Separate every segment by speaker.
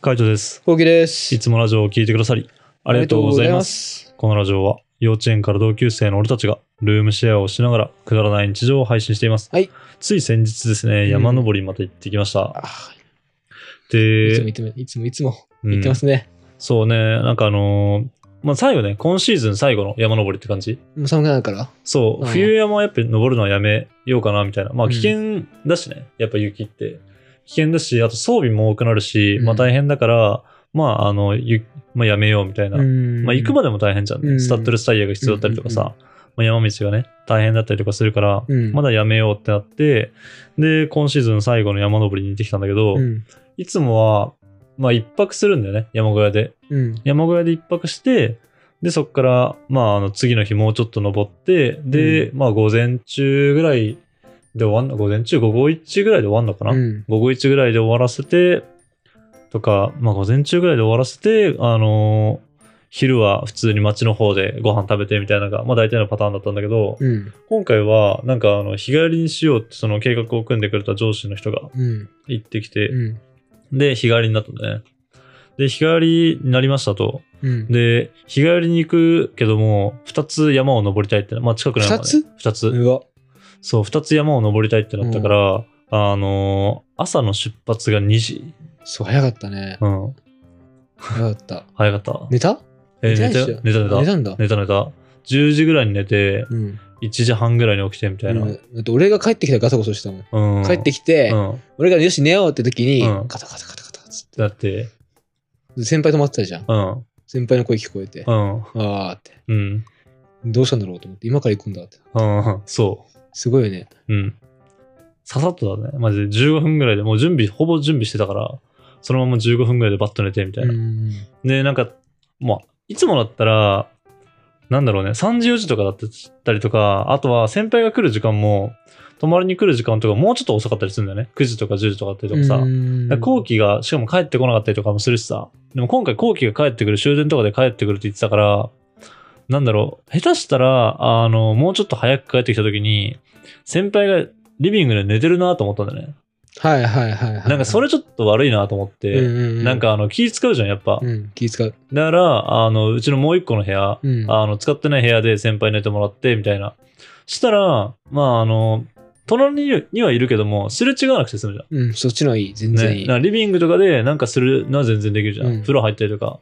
Speaker 1: カイトです。
Speaker 2: コウキで
Speaker 1: い
Speaker 2: す。
Speaker 1: つもラジオを聞いてくださり、あ
Speaker 2: あ
Speaker 1: りがとうございます。
Speaker 2: す。
Speaker 1: このラジオは、幼稚園から同級生の俺たちが、ルームシェアをしながら、くだらない日常を配信しています。
Speaker 2: はい
Speaker 1: つい先日ですね、
Speaker 2: ん
Speaker 1: 山登りまた行ってきました。
Speaker 2: あーいつも
Speaker 1: で
Speaker 2: い、つもいつもいつも
Speaker 1: うん
Speaker 2: 言ってますね。
Speaker 1: そうね、なんかあのーまあ、最後ね、今シーズン最後の山登りって感じ。
Speaker 2: もう寒くなるから。
Speaker 1: そう、
Speaker 2: うん
Speaker 1: 冬山はやっぱり登るのはやめようかなみたいな。まあ
Speaker 2: うん
Speaker 1: 危険だしね、やっぱ雪って。危険だし、あと装備も多くなるし、
Speaker 2: うん
Speaker 1: まあ大変だから、まああの、ゆまあやめようみたいな。まあ行くまでも大変じゃんね、
Speaker 2: うん
Speaker 1: スタッドレスタイヤが必要だったりとかさ、まあ、山道がね、大変だったりとかするから、
Speaker 2: うん
Speaker 1: まだやめようってなって、で、今シーズン最後の山登りに行ってきたんだけど、
Speaker 2: うん
Speaker 1: いつもは、まあ一泊するんだよね、山小屋で。
Speaker 2: うん
Speaker 1: 山小屋で一泊して、で、そこから、まあ、あの次の日もうちょっと登って、で、まあ、午前中ぐらいで終わんの、午前中、午後1ぐらいで終わんのかな、
Speaker 2: うん
Speaker 1: 午後1ぐらいで終わらせて、とか、まあ、午前中ぐらいで終わらせて、あのー昼は普通に街の方でご飯食べてみたいなのが、まあ、大体のパターンだったんだけど、
Speaker 2: うん
Speaker 1: 今回は、なんか、あの、日帰りにしようって、その計画を組んでくれた上司の人が
Speaker 2: うん
Speaker 1: 行ってきて、
Speaker 2: うん
Speaker 1: で、日帰りになったんだね。で、日帰りになりましたと。
Speaker 2: うん
Speaker 1: で、日帰りに行くけども、2つ山を登りたいってな、まあ近くの山、ね、
Speaker 2: 二つ
Speaker 1: ?2 つ、
Speaker 2: うわ
Speaker 1: そう、2つ山を登りたいってなったから、あのー朝の出発が2時。
Speaker 2: そう早かったね。
Speaker 1: うん、
Speaker 2: 早かった。
Speaker 1: 早かった。
Speaker 2: 寝た？
Speaker 1: え
Speaker 2: 寝て
Speaker 1: 寝
Speaker 2: ないで
Speaker 1: た
Speaker 2: しょ
Speaker 1: 寝た寝た
Speaker 2: 寝たんだ。
Speaker 1: 寝た寝た。10時ぐらいに寝て、
Speaker 2: うん。
Speaker 1: 1時半ぐらいに起きてみたいな。
Speaker 2: う
Speaker 1: うん
Speaker 2: だって俺が帰ってきたらガサゴソしてたもん。
Speaker 1: ん。
Speaker 2: 帰って
Speaker 1: き
Speaker 2: きて
Speaker 1: う、ん。っ
Speaker 2: 俺がよし寝ようって時に
Speaker 1: うん
Speaker 2: ガタガタガタガタっつって
Speaker 1: なって、
Speaker 2: で先輩止まってたじゃん。
Speaker 1: うん。
Speaker 2: 先輩の声聞こえて、
Speaker 1: う
Speaker 2: あ
Speaker 1: ん。
Speaker 2: あーって
Speaker 1: うん。
Speaker 2: どうしたんだろうと思って今から行くんだって。
Speaker 1: うん。そ
Speaker 2: すごいよね。
Speaker 1: う。うん。ささっとだね。マジで15分ぐらいで、もう準備、ほぼ準備してたから、そのまま15分ぐらいでバッと寝てみたいな。
Speaker 2: うん
Speaker 1: で、なんか、まあ、いつもだったら、なんだろうね、3時、4時とかだったりとか、あとは先輩が来る時間も、泊まりに来る時間とか、もうちょっと遅かったりするんだよね。9時とか10時とかだったりとかさ。だから後期が、しかも帰ってこなかったりとかもするしさ。でも今回後期が帰ってくる、終電とかで帰ってくるって言ってたから、なんだろう、下手したら、あの、もうちょっと早く帰ってきた時に、先輩がリビングで寝てるなと思ったんだよね。
Speaker 2: はいはいはいはい。
Speaker 1: なんかそれちょっと悪いなと思って、
Speaker 2: な
Speaker 1: なん、かあの気使うじゃん、やっぱ
Speaker 2: う。ん、気使う。
Speaker 1: だから、あの、うちのもう一個の部屋、
Speaker 2: うん、
Speaker 1: あの、使ってない部屋で先輩寝てもらって、みたいな。したら、まあ、あの、隣ににはいるけども、すれ違わなくて済むじゃん。
Speaker 2: うん、そっちの方がいい、全然い
Speaker 1: ね、
Speaker 2: い。
Speaker 1: なんかリビングとかでなんかするのは全然できるじゃん、
Speaker 2: うん
Speaker 1: 風呂入ったりとか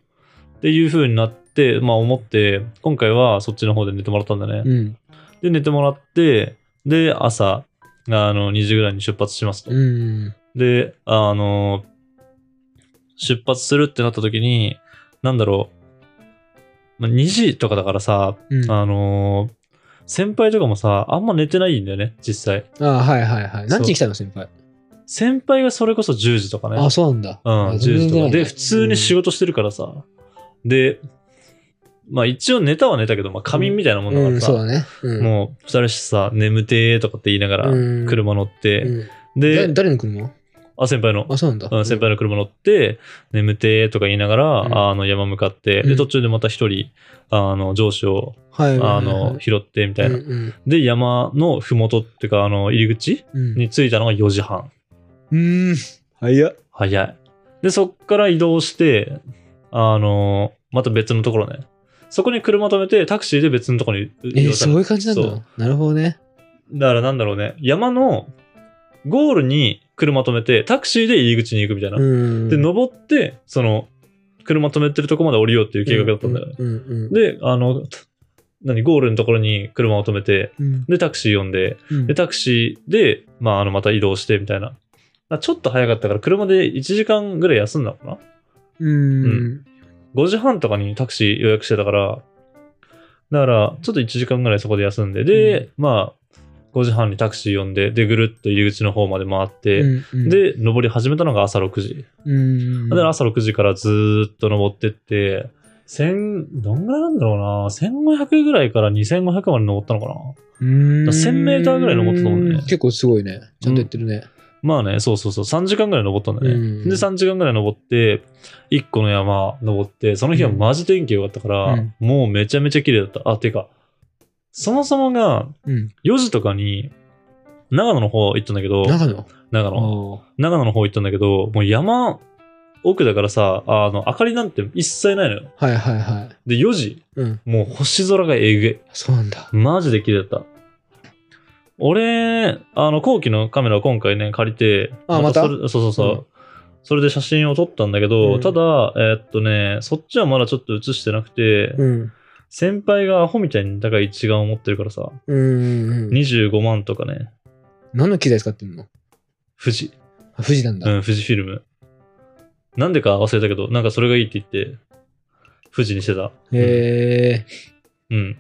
Speaker 1: っていう風になってまあ思って今回はそっちの方で寝てもらったんだね、
Speaker 2: うん、
Speaker 1: で寝てもらってで朝あの2時ぐらいに出発しますと、
Speaker 2: うん、
Speaker 1: であの出発するってなった時になんだろう、まあ、2時とかだからさ、
Speaker 2: うん。あ
Speaker 1: あの先輩とかもさあんま寝てないんだよね実際
Speaker 2: あ、はいはいはい。何時に来たの、先輩。
Speaker 1: 先輩がそれこそ10時とかね
Speaker 2: あそうなんだ。
Speaker 1: うん、
Speaker 2: あ
Speaker 1: 10時とか。で、普通に仕
Speaker 2: 事。
Speaker 1: 事してるからさ。で、まあ一応ネタはネタけど、まあ仮眠みたいなもんだ
Speaker 2: う
Speaker 1: か
Speaker 2: ん、
Speaker 1: ら
Speaker 2: そう
Speaker 1: さ、
Speaker 2: だね。うん、
Speaker 1: もう二人してさ、眠てーとかって言いながら
Speaker 2: うん
Speaker 1: 車乗っ
Speaker 2: う
Speaker 1: て、
Speaker 2: ん。誰
Speaker 1: で、
Speaker 2: 誰の車
Speaker 1: あ、先輩の、
Speaker 2: あ、そうなんだ。
Speaker 1: うん先輩の車乗って、眠てーとか言いながら、
Speaker 2: うん
Speaker 1: あの山向かって、
Speaker 2: う
Speaker 1: で、
Speaker 2: ん
Speaker 1: 途中でまた一人、あの上司を、
Speaker 2: はいはい
Speaker 1: あ
Speaker 2: はいはい、
Speaker 1: の、拾ってみたいな
Speaker 2: う。んうん
Speaker 1: で、山のふもとっていうか、あの、入り口
Speaker 2: うん
Speaker 1: に着いたのが4時半。
Speaker 2: うん。早っ。
Speaker 1: 早い。で、そっから移動して、あのまた別のところね。そこに車止めて、タクシーで別のところに移
Speaker 2: え
Speaker 1: 動
Speaker 2: ー、
Speaker 1: した
Speaker 2: そう
Speaker 1: の
Speaker 2: いう感じなん
Speaker 1: そう
Speaker 2: だ。なるほどね。
Speaker 1: だからなんだろうね。山のゴールに車止めて、タクシーで入り口に行くみたいな。
Speaker 2: うん。
Speaker 1: で、登って、その、車止めてるとこまで降りようっていう計画だったんだよね。
Speaker 2: うんうん
Speaker 1: で、あの、何、ゴールのところに車を止めて、
Speaker 2: うん。
Speaker 1: で、タクシー呼んで、
Speaker 2: うん
Speaker 1: で、タクシーで、まあ、あの、また移動してみたいな。あちょっと早かったから、車で1時間ぐらい休んだのかな
Speaker 2: うん。
Speaker 1: 5時半とかにタクシー予約してたから、だから、ちょっと1時間ぐらいそこで休んで、で、まあ、5時半にタクシー呼んで、で、ぐるっと入り口の方まで回って、
Speaker 2: うん、
Speaker 1: で、登り始めたのが朝6時。
Speaker 2: うん。
Speaker 1: だから朝6時からずーっと登ってって、1000、どんぐらいなんだろうな、1500ぐらいから2500まで登ったのかな。
Speaker 2: うん
Speaker 1: だから1000メーターぐらい登ったと思うんだよね
Speaker 2: 結構すごいね。ちゃんとやってるね。
Speaker 1: まあね、そうそうそう、3時間ぐらい登ったんだね。
Speaker 2: うん
Speaker 1: で、3時間ぐらい登って、1個の山登って、その日はマジ天気良かったから、
Speaker 2: うん
Speaker 1: もうめちゃめちゃ綺麗だった。あ、てか、そもそもが
Speaker 2: うん。
Speaker 1: 4時とかに、長野の方行ったんだけど、
Speaker 2: 長野
Speaker 1: 長野。
Speaker 2: おー
Speaker 1: 長野の方行ったんだけど、もう山奥だからさ、あの、明かりなんて一切ないのよ。
Speaker 2: はいはいはい。
Speaker 1: で、4時、
Speaker 2: うん。
Speaker 1: もう星空がえぐい。
Speaker 2: そうなんだ。
Speaker 1: マジで綺麗だった。俺、あの、後期のカメラを今回ね、借りて、
Speaker 2: あ
Speaker 1: それそうそうそう、
Speaker 2: うん
Speaker 1: それで写真を撮ったんだけど、
Speaker 2: うん
Speaker 1: ただ、えーっとね、そっちはまだちょっと写してなくて、
Speaker 2: うん。
Speaker 1: 先輩がアホみたいに高い一眼を持ってるからさ、
Speaker 2: うん。うん
Speaker 1: 25万とかね、
Speaker 2: 何の機材使ってんの
Speaker 1: 富士、
Speaker 2: あ富士なんだ。
Speaker 1: うん、富士フィルム。なんでか忘れたけど、なんかそれがいいって言って、富士にしてた。
Speaker 2: へえ。
Speaker 1: うん。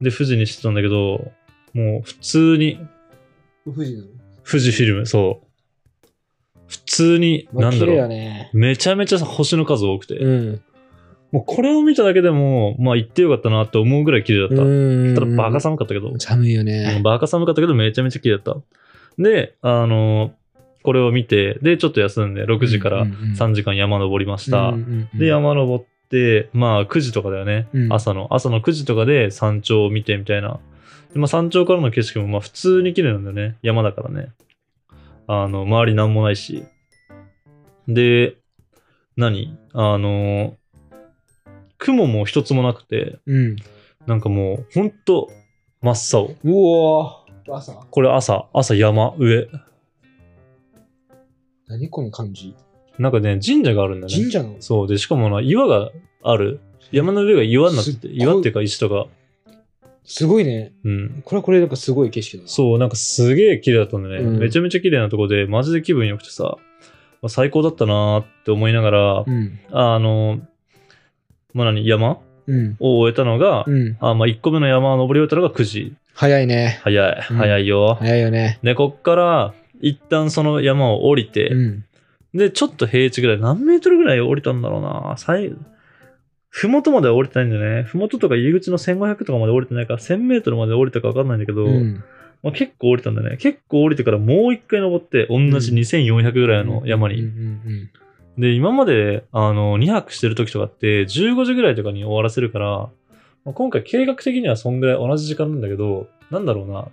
Speaker 1: で、富士にしてたんだけど、もう普通に、
Speaker 2: 富士なの
Speaker 1: 富士フィルム、そう。普通に、
Speaker 2: ま
Speaker 1: な
Speaker 2: あ
Speaker 1: ん
Speaker 2: 綺
Speaker 1: だ
Speaker 2: 麗
Speaker 1: ろ
Speaker 2: だ
Speaker 1: う。
Speaker 2: ね。
Speaker 1: めちゃめちゃ星の数多くて、
Speaker 2: うん。
Speaker 1: もうこれを見ただけでも、まあ行ってよかったなって思うぐらい綺麗だった。
Speaker 2: うん。
Speaker 1: ただバカ寒かったけど、
Speaker 2: 寒いよ
Speaker 1: う
Speaker 2: ね
Speaker 1: ん。バカ寒かったけどめちゃめちゃ綺麗だった。で、あの、これを見て、で、ちょっと休んで、6時から3時間山登りました。で、
Speaker 2: 山
Speaker 1: 山登って、まあ9時とかだよね、
Speaker 2: うん
Speaker 1: 朝の。朝の9時とかで山頂を見てみたいな。でまあ、山頂からの景色もまあ普通に綺麗なんだよね。山だからね。あの、周りなんもないし。で、何あの、雲も一つもなくて、
Speaker 2: うん。
Speaker 1: なんかもう、ほんと、真っ青。
Speaker 2: うおー朝
Speaker 1: これ朝、朝山、上。
Speaker 2: 何この感じ
Speaker 1: なんかね、神社があるんだね。
Speaker 2: 神社なの
Speaker 1: そう。で、しかもな、岩がある。山の上が岩になって
Speaker 2: す
Speaker 1: て、
Speaker 2: っごい
Speaker 1: 岩っていうか石とか。
Speaker 2: すごいね。
Speaker 1: うん。
Speaker 2: これはこれなんかすごい景色だな。
Speaker 1: そう、なんかすげえ綺麗だったんだね。
Speaker 2: うん
Speaker 1: めちゃめちゃ綺麗なとこで、マジで気分良くてさ、まあ最高だったなーって思いながら、
Speaker 2: うん。
Speaker 1: あの、まあ、何、山
Speaker 2: うん。
Speaker 1: を終えたのが、
Speaker 2: うん。
Speaker 1: あまあ、1個目の山を登り終えたのが9時。
Speaker 2: 早いね。
Speaker 1: 早い、
Speaker 2: うん
Speaker 1: 早いよ。
Speaker 2: 早いよね。
Speaker 1: で、こっから、一旦その山を降りて、
Speaker 2: うん。
Speaker 1: で、ちょっと平地ぐらい、何メートルぐらい降りたんだろうな。最、ふもとまでは降りてないんだよね。ふもととか入り口の1500とかまで降りてないから、1000メートルまで降りたか分かんないんだけど、
Speaker 2: うん。
Speaker 1: まあ、結構降りたんだね。結構降りてからもう一回登って、同じ
Speaker 2: うん
Speaker 1: 2400ぐらいの山に。
Speaker 2: うんうん
Speaker 1: で、今まで、あの、2泊してる時とかって、15時ぐらいとかに終わらせるから、まあ、今回計画的にはそんぐらい同じ時間なんだけど、なんだろうな。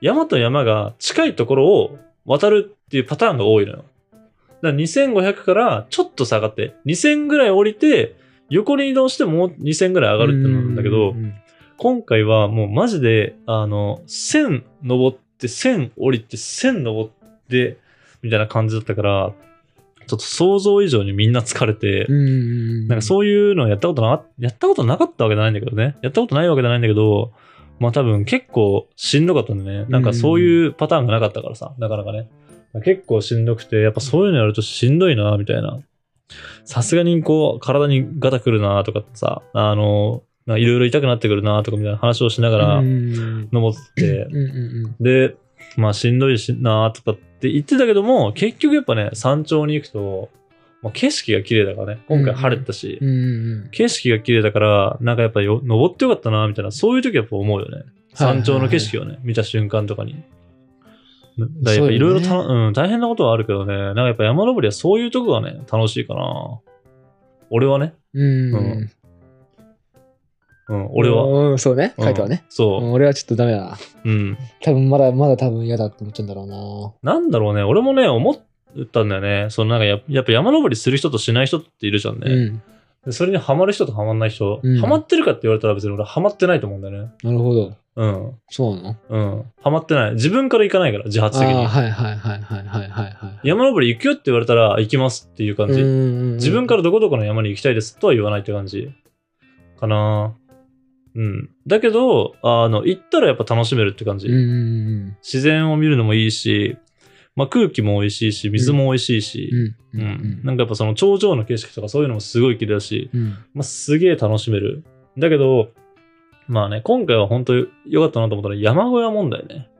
Speaker 1: 山と山が近いところを渡るっていうパターンが多いのよ。だから2500からちょっと下がって、2000ぐらい降りて、横に移動してもう2000ぐらい上がるってのなんだけど、
Speaker 2: うんうんうん
Speaker 1: 今回はもうマジで、あの、1000登って、1000降りて、1000登って、みたいな感じだったから、ちょっと想像以上にみんな疲れて、
Speaker 2: うんうんうん。
Speaker 1: なんかそういうのやったことな、やったことなかったわけじゃないんだけどね。やったことないわけじゃないんだけど、まあ多分結構しんどかったんだね。なんかそういうパターンがなかったからさ、なかなかね。結構しんどくて、やっぱそういうのやるとしんどいな、みたいな。さすがにこう、体にガタくるな、とかさ、あの、なんかいろいろ痛くなってくるな、とかみたいな話をしながら
Speaker 2: うんうん
Speaker 1: 登って、
Speaker 2: うんうん
Speaker 1: で、まあしんどいしなとかって言ってたけども、結局やっぱね、山頂に行くと、まあ、景色が綺麗だからね、今回晴れてたし、
Speaker 2: うんうんうん。
Speaker 1: 景色が綺麗だから、なんかやっぱよ登ってよかったなみたいな、そういう時やっぱ思うよね。山頂の景色をね、見た瞬間とかに。だだからやっぱいろいろた
Speaker 2: そう
Speaker 1: うん、大変なことはあるけどね、なんかやっぱ山登りはそういうとこがね、楽しいかな。俺はね、
Speaker 2: うん
Speaker 1: う
Speaker 2: うん。
Speaker 1: うん、俺は。
Speaker 2: うん。そうね。書いてはね
Speaker 1: うん。そ
Speaker 2: うん俺はちょっとダメだな。
Speaker 1: う、うん。
Speaker 2: 多分まだまだ多分嫌だって思っちゃうんだろうな。
Speaker 1: なんだろうね、俺もね、思ったんだよね。そのなんかややっぱ山登りする人としない人っているじゃんね。
Speaker 2: うん。
Speaker 1: でそれにハマる人とハマんない人、
Speaker 2: うん
Speaker 1: ハマってるかって言われたら別に俺ハマってないと思うんだよね。
Speaker 2: なるほど。
Speaker 1: うん。
Speaker 2: そうなの
Speaker 1: うん。ハマってない。自分から行かないから、自発的
Speaker 2: ああ、
Speaker 1: に。
Speaker 2: はいはいはいはいはいはいはい。
Speaker 1: 山登り行くよって言われたら行きますっていう感じ。自分かららどこどこの山に行きたいですとは言わないって感じかな。うん。だけど、あの、行ったらやっぱ楽しめるって感じ。
Speaker 2: うんうん
Speaker 1: 自然を見るのもいいし、まあ、空気も美味しいし、水も美味しいし、
Speaker 2: うんうん
Speaker 1: う
Speaker 2: うんん
Speaker 1: なんかやっぱその頂上の景色とかそういうのもすごい綺麗だし、
Speaker 2: うんうん
Speaker 1: まあ、すげえ楽しめる。だけど、まあね、今回は本当に良かったなと思ったら山小屋問題ね。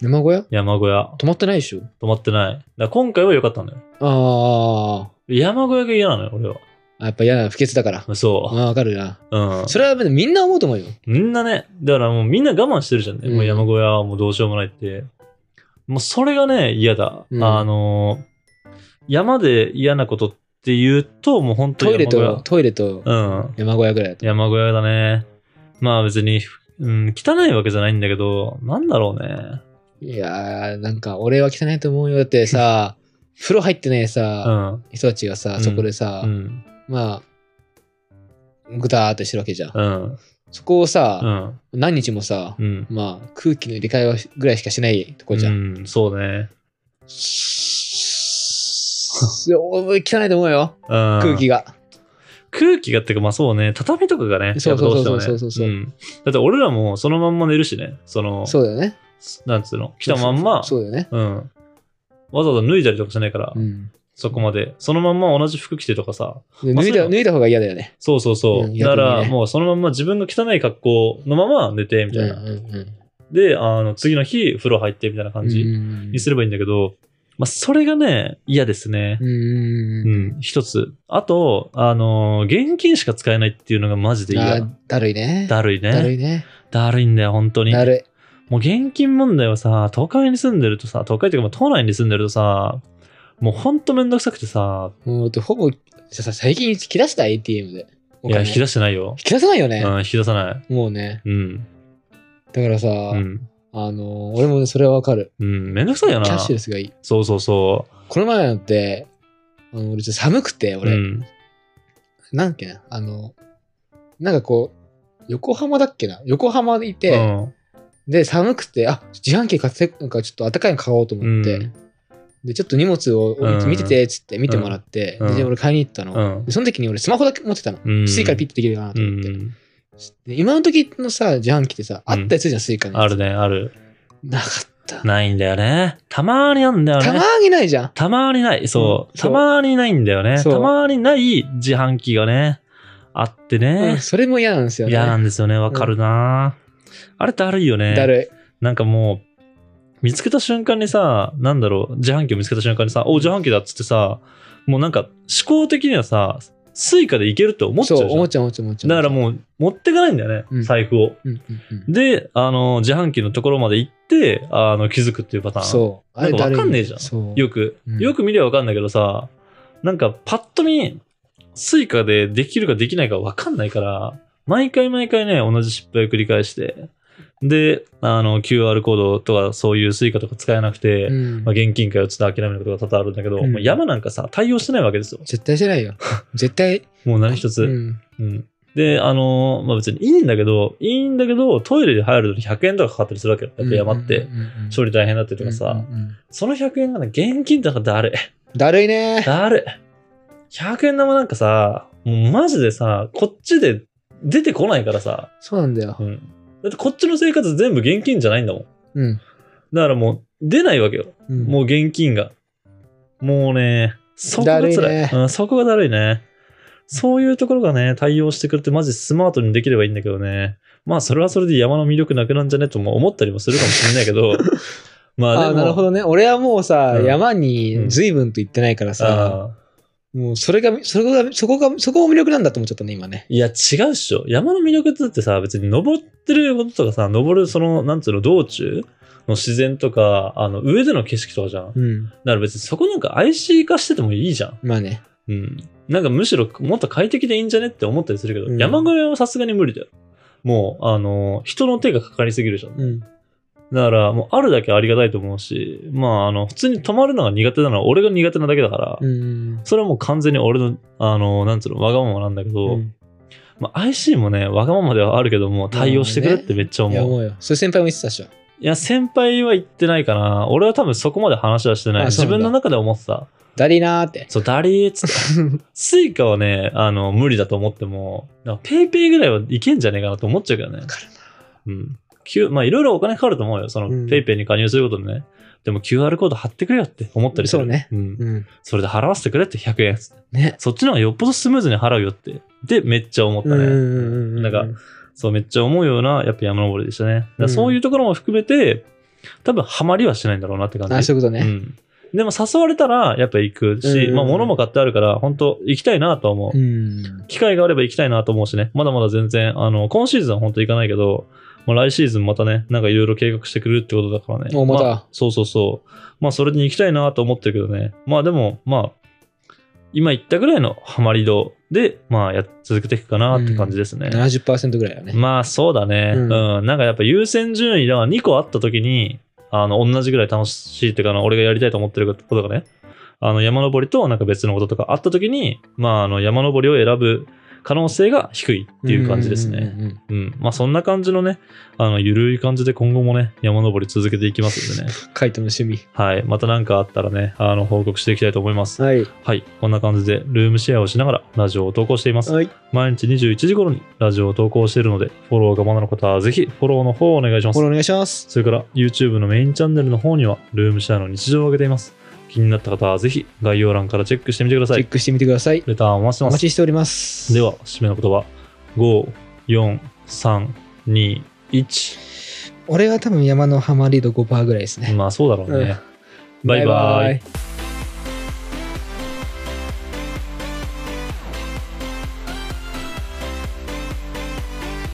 Speaker 2: 山小屋
Speaker 1: 山小屋。
Speaker 2: 泊まってないでしょ
Speaker 1: 泊まってない。だから今回は良かったんだよ。
Speaker 2: あ
Speaker 1: 山小屋が嫌なのよ、俺は。
Speaker 2: あ。やっぱ嫌な不潔だから。あ
Speaker 1: そ
Speaker 2: あ、わかるな。
Speaker 1: う。うん。
Speaker 2: それはみんな思うと思うよ。
Speaker 1: みんなね、だからもうみんな我慢してるじゃんね。
Speaker 2: うん
Speaker 1: もう山小屋はもうどうしようもないって。もうそれがね、嫌だ。
Speaker 2: うん
Speaker 1: あのー山で嫌なことっていうと、もう本当
Speaker 2: トイ
Speaker 1: に
Speaker 2: レ
Speaker 1: 山小
Speaker 2: と、
Speaker 1: 屋。
Speaker 2: トイレと
Speaker 1: うん。
Speaker 2: 山小屋ぐらいだと。
Speaker 1: 山小屋だね。まあ別に、うん、汚いわけじゃないんだけど、なんだろうね。
Speaker 2: いやー、なんか俺は汚いと思うよ。だってさ、風呂入ってないうさ、
Speaker 1: ん。
Speaker 2: 人たちがさ、
Speaker 1: うん
Speaker 2: そこでさ、
Speaker 1: うん。
Speaker 2: まあ、ぐたーっとしてるわけじゃん。
Speaker 1: うん。
Speaker 2: そこをさ、
Speaker 1: うん。
Speaker 2: 何日もさ、
Speaker 1: うん。
Speaker 2: まあ、空気の入れ替えはぐらいしかしないとこじゃん。
Speaker 1: うん、そうね。
Speaker 2: す汚いと思うよ、
Speaker 1: うん、
Speaker 2: 空気が。
Speaker 1: 空気がっていうかまあそうね畳とかがね
Speaker 2: そうそう
Speaker 1: やっぱ
Speaker 2: そう
Speaker 1: ど
Speaker 2: そうそうう
Speaker 1: して
Speaker 2: そう
Speaker 1: もねんだって俺らもそのまんま寝るしねその
Speaker 2: そうだよね。
Speaker 1: なんつうの来たまんま
Speaker 2: そうだよね。
Speaker 1: うん、わざわざ脱いだりとかしないから、
Speaker 2: うん。
Speaker 1: そこまでそのまんま同じ服着てとかさ
Speaker 2: で
Speaker 1: まあ
Speaker 2: 脱い
Speaker 1: そういう
Speaker 2: だ
Speaker 1: の
Speaker 2: 脱いだ方が嫌だよね。
Speaker 1: そうそうそう、
Speaker 2: うん
Speaker 1: な
Speaker 2: 逆に
Speaker 1: ら
Speaker 2: ね
Speaker 1: もうそのまんま自分が汚い格好のまま寝てみたいな、
Speaker 2: うんうん
Speaker 1: であの次の日風呂入ってみたいな
Speaker 2: う
Speaker 1: 感
Speaker 2: ん。
Speaker 1: じにすればいいんだけど、まあそれがね嫌ですね
Speaker 2: うんうん
Speaker 1: う
Speaker 2: うん
Speaker 1: ん、一つ。あと、あのー現金しか使えないっていうのがマジで
Speaker 2: うん。あ
Speaker 1: 嫌
Speaker 2: ー。だるいね。
Speaker 1: だるいね。
Speaker 2: だるいね。
Speaker 1: だるいんだよ、本当に。
Speaker 2: だる
Speaker 1: もう現金問題はさ、都会に住んでるとさ、都会っていうか、都内に住んでるとさ、もうほんとめんどくさくてさ、
Speaker 2: い。もうだってほぼ、ささ最近引き出した ATM で。お
Speaker 1: いや、
Speaker 2: 金
Speaker 1: 引き出してないよ
Speaker 2: 引。き出さないよね
Speaker 1: う。ん、引き出さない。
Speaker 2: もうね。
Speaker 1: うん。
Speaker 2: だからさ、
Speaker 1: うん。
Speaker 2: あのー、俺もね、それはわかる。
Speaker 1: うん、めんどくさいよな。
Speaker 2: キャッシュレスがいい。
Speaker 1: そうそうそ
Speaker 2: この前なんて、あの俺ちょっと寒くて、
Speaker 1: う。う
Speaker 2: 俺、
Speaker 1: ん。
Speaker 2: なんだっけな、あの、なんかこう、横浜だっけな横浜でいて、
Speaker 1: うん
Speaker 2: で、寒くて、あ、自販機買って、なんかちょっと暖かいの買おうと思って、
Speaker 1: うん
Speaker 2: で、ちょっと荷物を
Speaker 1: うん
Speaker 2: 見てて、つって見てもらって、
Speaker 1: うん
Speaker 2: で、俺買いに行ったの。
Speaker 1: うん
Speaker 2: で。その時に俺スマホだけ持ってたの。
Speaker 1: うん。
Speaker 2: スイカでピッてできるかな
Speaker 1: う
Speaker 2: と思って。
Speaker 1: ん。
Speaker 2: で今の時のさ、自販機ってさ、
Speaker 1: うん
Speaker 2: あったやつじゃん、スイカのや
Speaker 1: あ
Speaker 2: つ
Speaker 1: るね、ある。
Speaker 2: なかった。
Speaker 1: ないんだよね。たまーにあんだよね。
Speaker 2: たまにないじゃん。
Speaker 1: たまーにない。そう。
Speaker 2: うん
Speaker 1: たまーにないんだよね。
Speaker 2: そう
Speaker 1: たまーにない自販機がね、あって
Speaker 2: う
Speaker 1: ね
Speaker 2: ん。それも嫌なんですよね。
Speaker 1: 嫌なんですよね。わかるな、あれだるいよね。
Speaker 2: だる
Speaker 1: なんかもう、見つけた瞬間にさ、なんだろう、自販機を見つけた瞬間にさ、お自販機だっつってさ、もうなんか思考的にはさ、スイカでいけるって思
Speaker 2: い。
Speaker 1: っちゃう
Speaker 2: そう、
Speaker 1: じゃ
Speaker 2: 思っ
Speaker 1: ん。
Speaker 2: ちゃう、思っちゃう、思っちゃう。
Speaker 1: だから
Speaker 2: う。
Speaker 1: もう持ってかないんだよね、
Speaker 2: うん
Speaker 1: 財布を。
Speaker 2: うんうんうん
Speaker 1: で、あの、自販機のところまで行って、あの、気づくっていうパターン。
Speaker 2: そう。あれ
Speaker 1: なんか
Speaker 2: だ
Speaker 1: わ
Speaker 2: るい
Speaker 1: かんねえじゃん
Speaker 2: そう。
Speaker 1: よく、
Speaker 2: うん
Speaker 1: よく見ればわかんないけどさ、なんかパッと見、スイカでできるかできないかわかんないから、毎回毎回ね、同じ失敗を繰り返して、で、あの、QR コードとかそういうスイカとか使えなくて、
Speaker 2: うん
Speaker 1: まあ、現金かよっつって諦めることが多々あるんだけど、
Speaker 2: うん
Speaker 1: もう山なんかさ、対応してないわけですよ。
Speaker 2: 絶対してな いよ。絶対。
Speaker 1: もう何一つ。
Speaker 2: うん
Speaker 1: うんで、あの、まあ、別にいいんだけど、いいんだけど、トイレに入るのに100円とかかかったりするわけよ。やっぱ山って、処
Speaker 2: 理
Speaker 1: 理大変だったりとかさ、その100円がね、現金だからだれ。
Speaker 2: だるいね
Speaker 1: だるい。100円玉なんかさ、もうマジでさ、こっちで出てこないからさ。
Speaker 2: そうなんだよ
Speaker 1: う。ん。だってこっちの生活全部現金じゃないんだもん。
Speaker 2: うん。
Speaker 1: だからもう出ないわけよ。
Speaker 2: うん
Speaker 1: もう現金が。もうね、そこが辛い。
Speaker 2: だるいね
Speaker 1: うん、そこがだるいね。そういうところがね、対応してくれてマジスマートにできればいいんだけどね。まあそれはそれで山の魅力なくなんじゃねとも思ったりもするかもしれないけ ど。まあ
Speaker 2: あ
Speaker 1: で
Speaker 2: あ、
Speaker 1: も。
Speaker 2: なるほどね。俺はもうさ、
Speaker 1: うん
Speaker 2: 山に随分と行ってないからさ、
Speaker 1: ああ
Speaker 2: もうそれが、そこが、そこが、そこも魅力なんだと思っちゃったね、今ね。
Speaker 1: いや、違うっしょ。山の魅力だってさ、別に登ってることとかさ、登るその、なんつうの、道中の自然とか、あの、上での景色とかじゃん。だ
Speaker 2: うん。
Speaker 1: から別にそこなんか IC 化しててもいいじゃん。
Speaker 2: まあね。
Speaker 1: うん。なんかむしろもっと快適でいいんじゃねって思ったりするけど、
Speaker 2: うん
Speaker 1: 山小屋はさすがに無理だよ。もう、あの、人の手がかかりすぎるじゃん。
Speaker 2: うん。
Speaker 1: だから、もうあるだけありがたいと思うし、まあ、あの、普通に泊まるのが苦手なのは俺が苦手なだけだから、
Speaker 2: うん。
Speaker 1: それはもう完全に俺の、あの、なんつうの、わがままなんだけど、まあ、IC もね、わがままではあるけども、対応してくれってめっちゃ
Speaker 2: い
Speaker 1: 思
Speaker 2: や、
Speaker 1: う。
Speaker 2: 思うよ。それ先輩も言ってたでしょ。
Speaker 1: いや、先輩は言ってないかな。俺は多分そこまで話はしてない。
Speaker 2: あそう
Speaker 1: 自
Speaker 2: なんだ
Speaker 1: 分の中で思ってた。
Speaker 2: だりーな ーって。
Speaker 1: そう、ダリーっつって。スイカはね、あの、無理だと思っても、なんかペイペイぐらいはいけんじゃねえかなと思っちゃうけどね。
Speaker 2: かる
Speaker 1: うん。Q- まあ、いろいろお金かかると思うよ。その、
Speaker 2: うん
Speaker 1: ペイペイに加入することでね。でも QR コード貼ってくれよって思ったりする。
Speaker 2: そうね。
Speaker 1: うん。
Speaker 2: うん。
Speaker 1: それで払わせてくれって100円っつって。
Speaker 2: ね。
Speaker 1: そっちの方がよっぽどスムーズに払うよって。で、めっちゃ思った
Speaker 2: うん
Speaker 1: ね。
Speaker 2: うんうんうん。
Speaker 1: なんか、そう、めっちゃ思うような、やっぱ山登りでしたね。だから
Speaker 2: うん
Speaker 1: そういうところも含めて、多分ハマりはしないんだろうなって感じ。
Speaker 2: あ、そういうこと
Speaker 1: う
Speaker 2: ね。
Speaker 1: ん。でも誘われたら、やっぱ行くし、
Speaker 2: うん
Speaker 1: まあ物も買ってあるから、本当行きたいなとは思う。
Speaker 2: うん。
Speaker 1: 機会があれば行きたいなと思うしね。まだまだ全然、あの、今シーズンは本当行かないけど、もう来シーズンまたね、なんかいろいろ計画してくれるってことだからね。
Speaker 2: おまた
Speaker 1: あそうそうそう。まあそれに行きたいなと思ってるけどね。まあでも、まあ、今言ったぐらいのハマり度で、まあやっ続けていくかなって感じですね。
Speaker 2: 70%ぐらいだね。
Speaker 1: まあそうだね、う、
Speaker 2: うんん
Speaker 1: なんかやっぱ優先順位が2個あった時にあの同じぐらい楽しいっていうかな俺がやりたいと思ってることがねあの、山登りとなんか別のこととかあった時に、まあ、あの、山登りを選ぶ可能性が低いっていう感じです
Speaker 2: うん
Speaker 1: ね。
Speaker 2: うんうんうん。
Speaker 1: うん。まあ、そんな感じのね、あの、ゆるい感じで今後もね、山登り続けていきますん でね。
Speaker 2: カイトの趣味。
Speaker 1: はい。また何かあったらね、あの、報告していきたいと思います。
Speaker 2: はい。
Speaker 1: はい。こんな感じで、ルームシェアをしながらラジオを投稿しています。
Speaker 2: はい。
Speaker 1: 毎日21時頃にラジオを投稿しているので、フォローがまだの方はぜひフォローの方をお願いしま
Speaker 2: フ
Speaker 1: す
Speaker 2: ォロ。ーお願いします。
Speaker 1: それから YouTube のメインチャンネルの方にはルームシェアの日常を上げています。気になった方はぜひ概要欄からチェックしてみてくだ
Speaker 2: チ
Speaker 1: さ
Speaker 2: ェッ
Speaker 1: い。
Speaker 2: クしてみてください。
Speaker 1: レターをお待ちして
Speaker 2: お
Speaker 1: ま
Speaker 2: 待
Speaker 1: す。
Speaker 2: ちしております。
Speaker 1: では、締めの言葉。5、4、3、2、1。
Speaker 2: 俺は多分山のハマリ度5%ぐらいですね。
Speaker 1: まあそうだろうね。
Speaker 2: うん
Speaker 1: バイバイ。
Speaker 2: イ。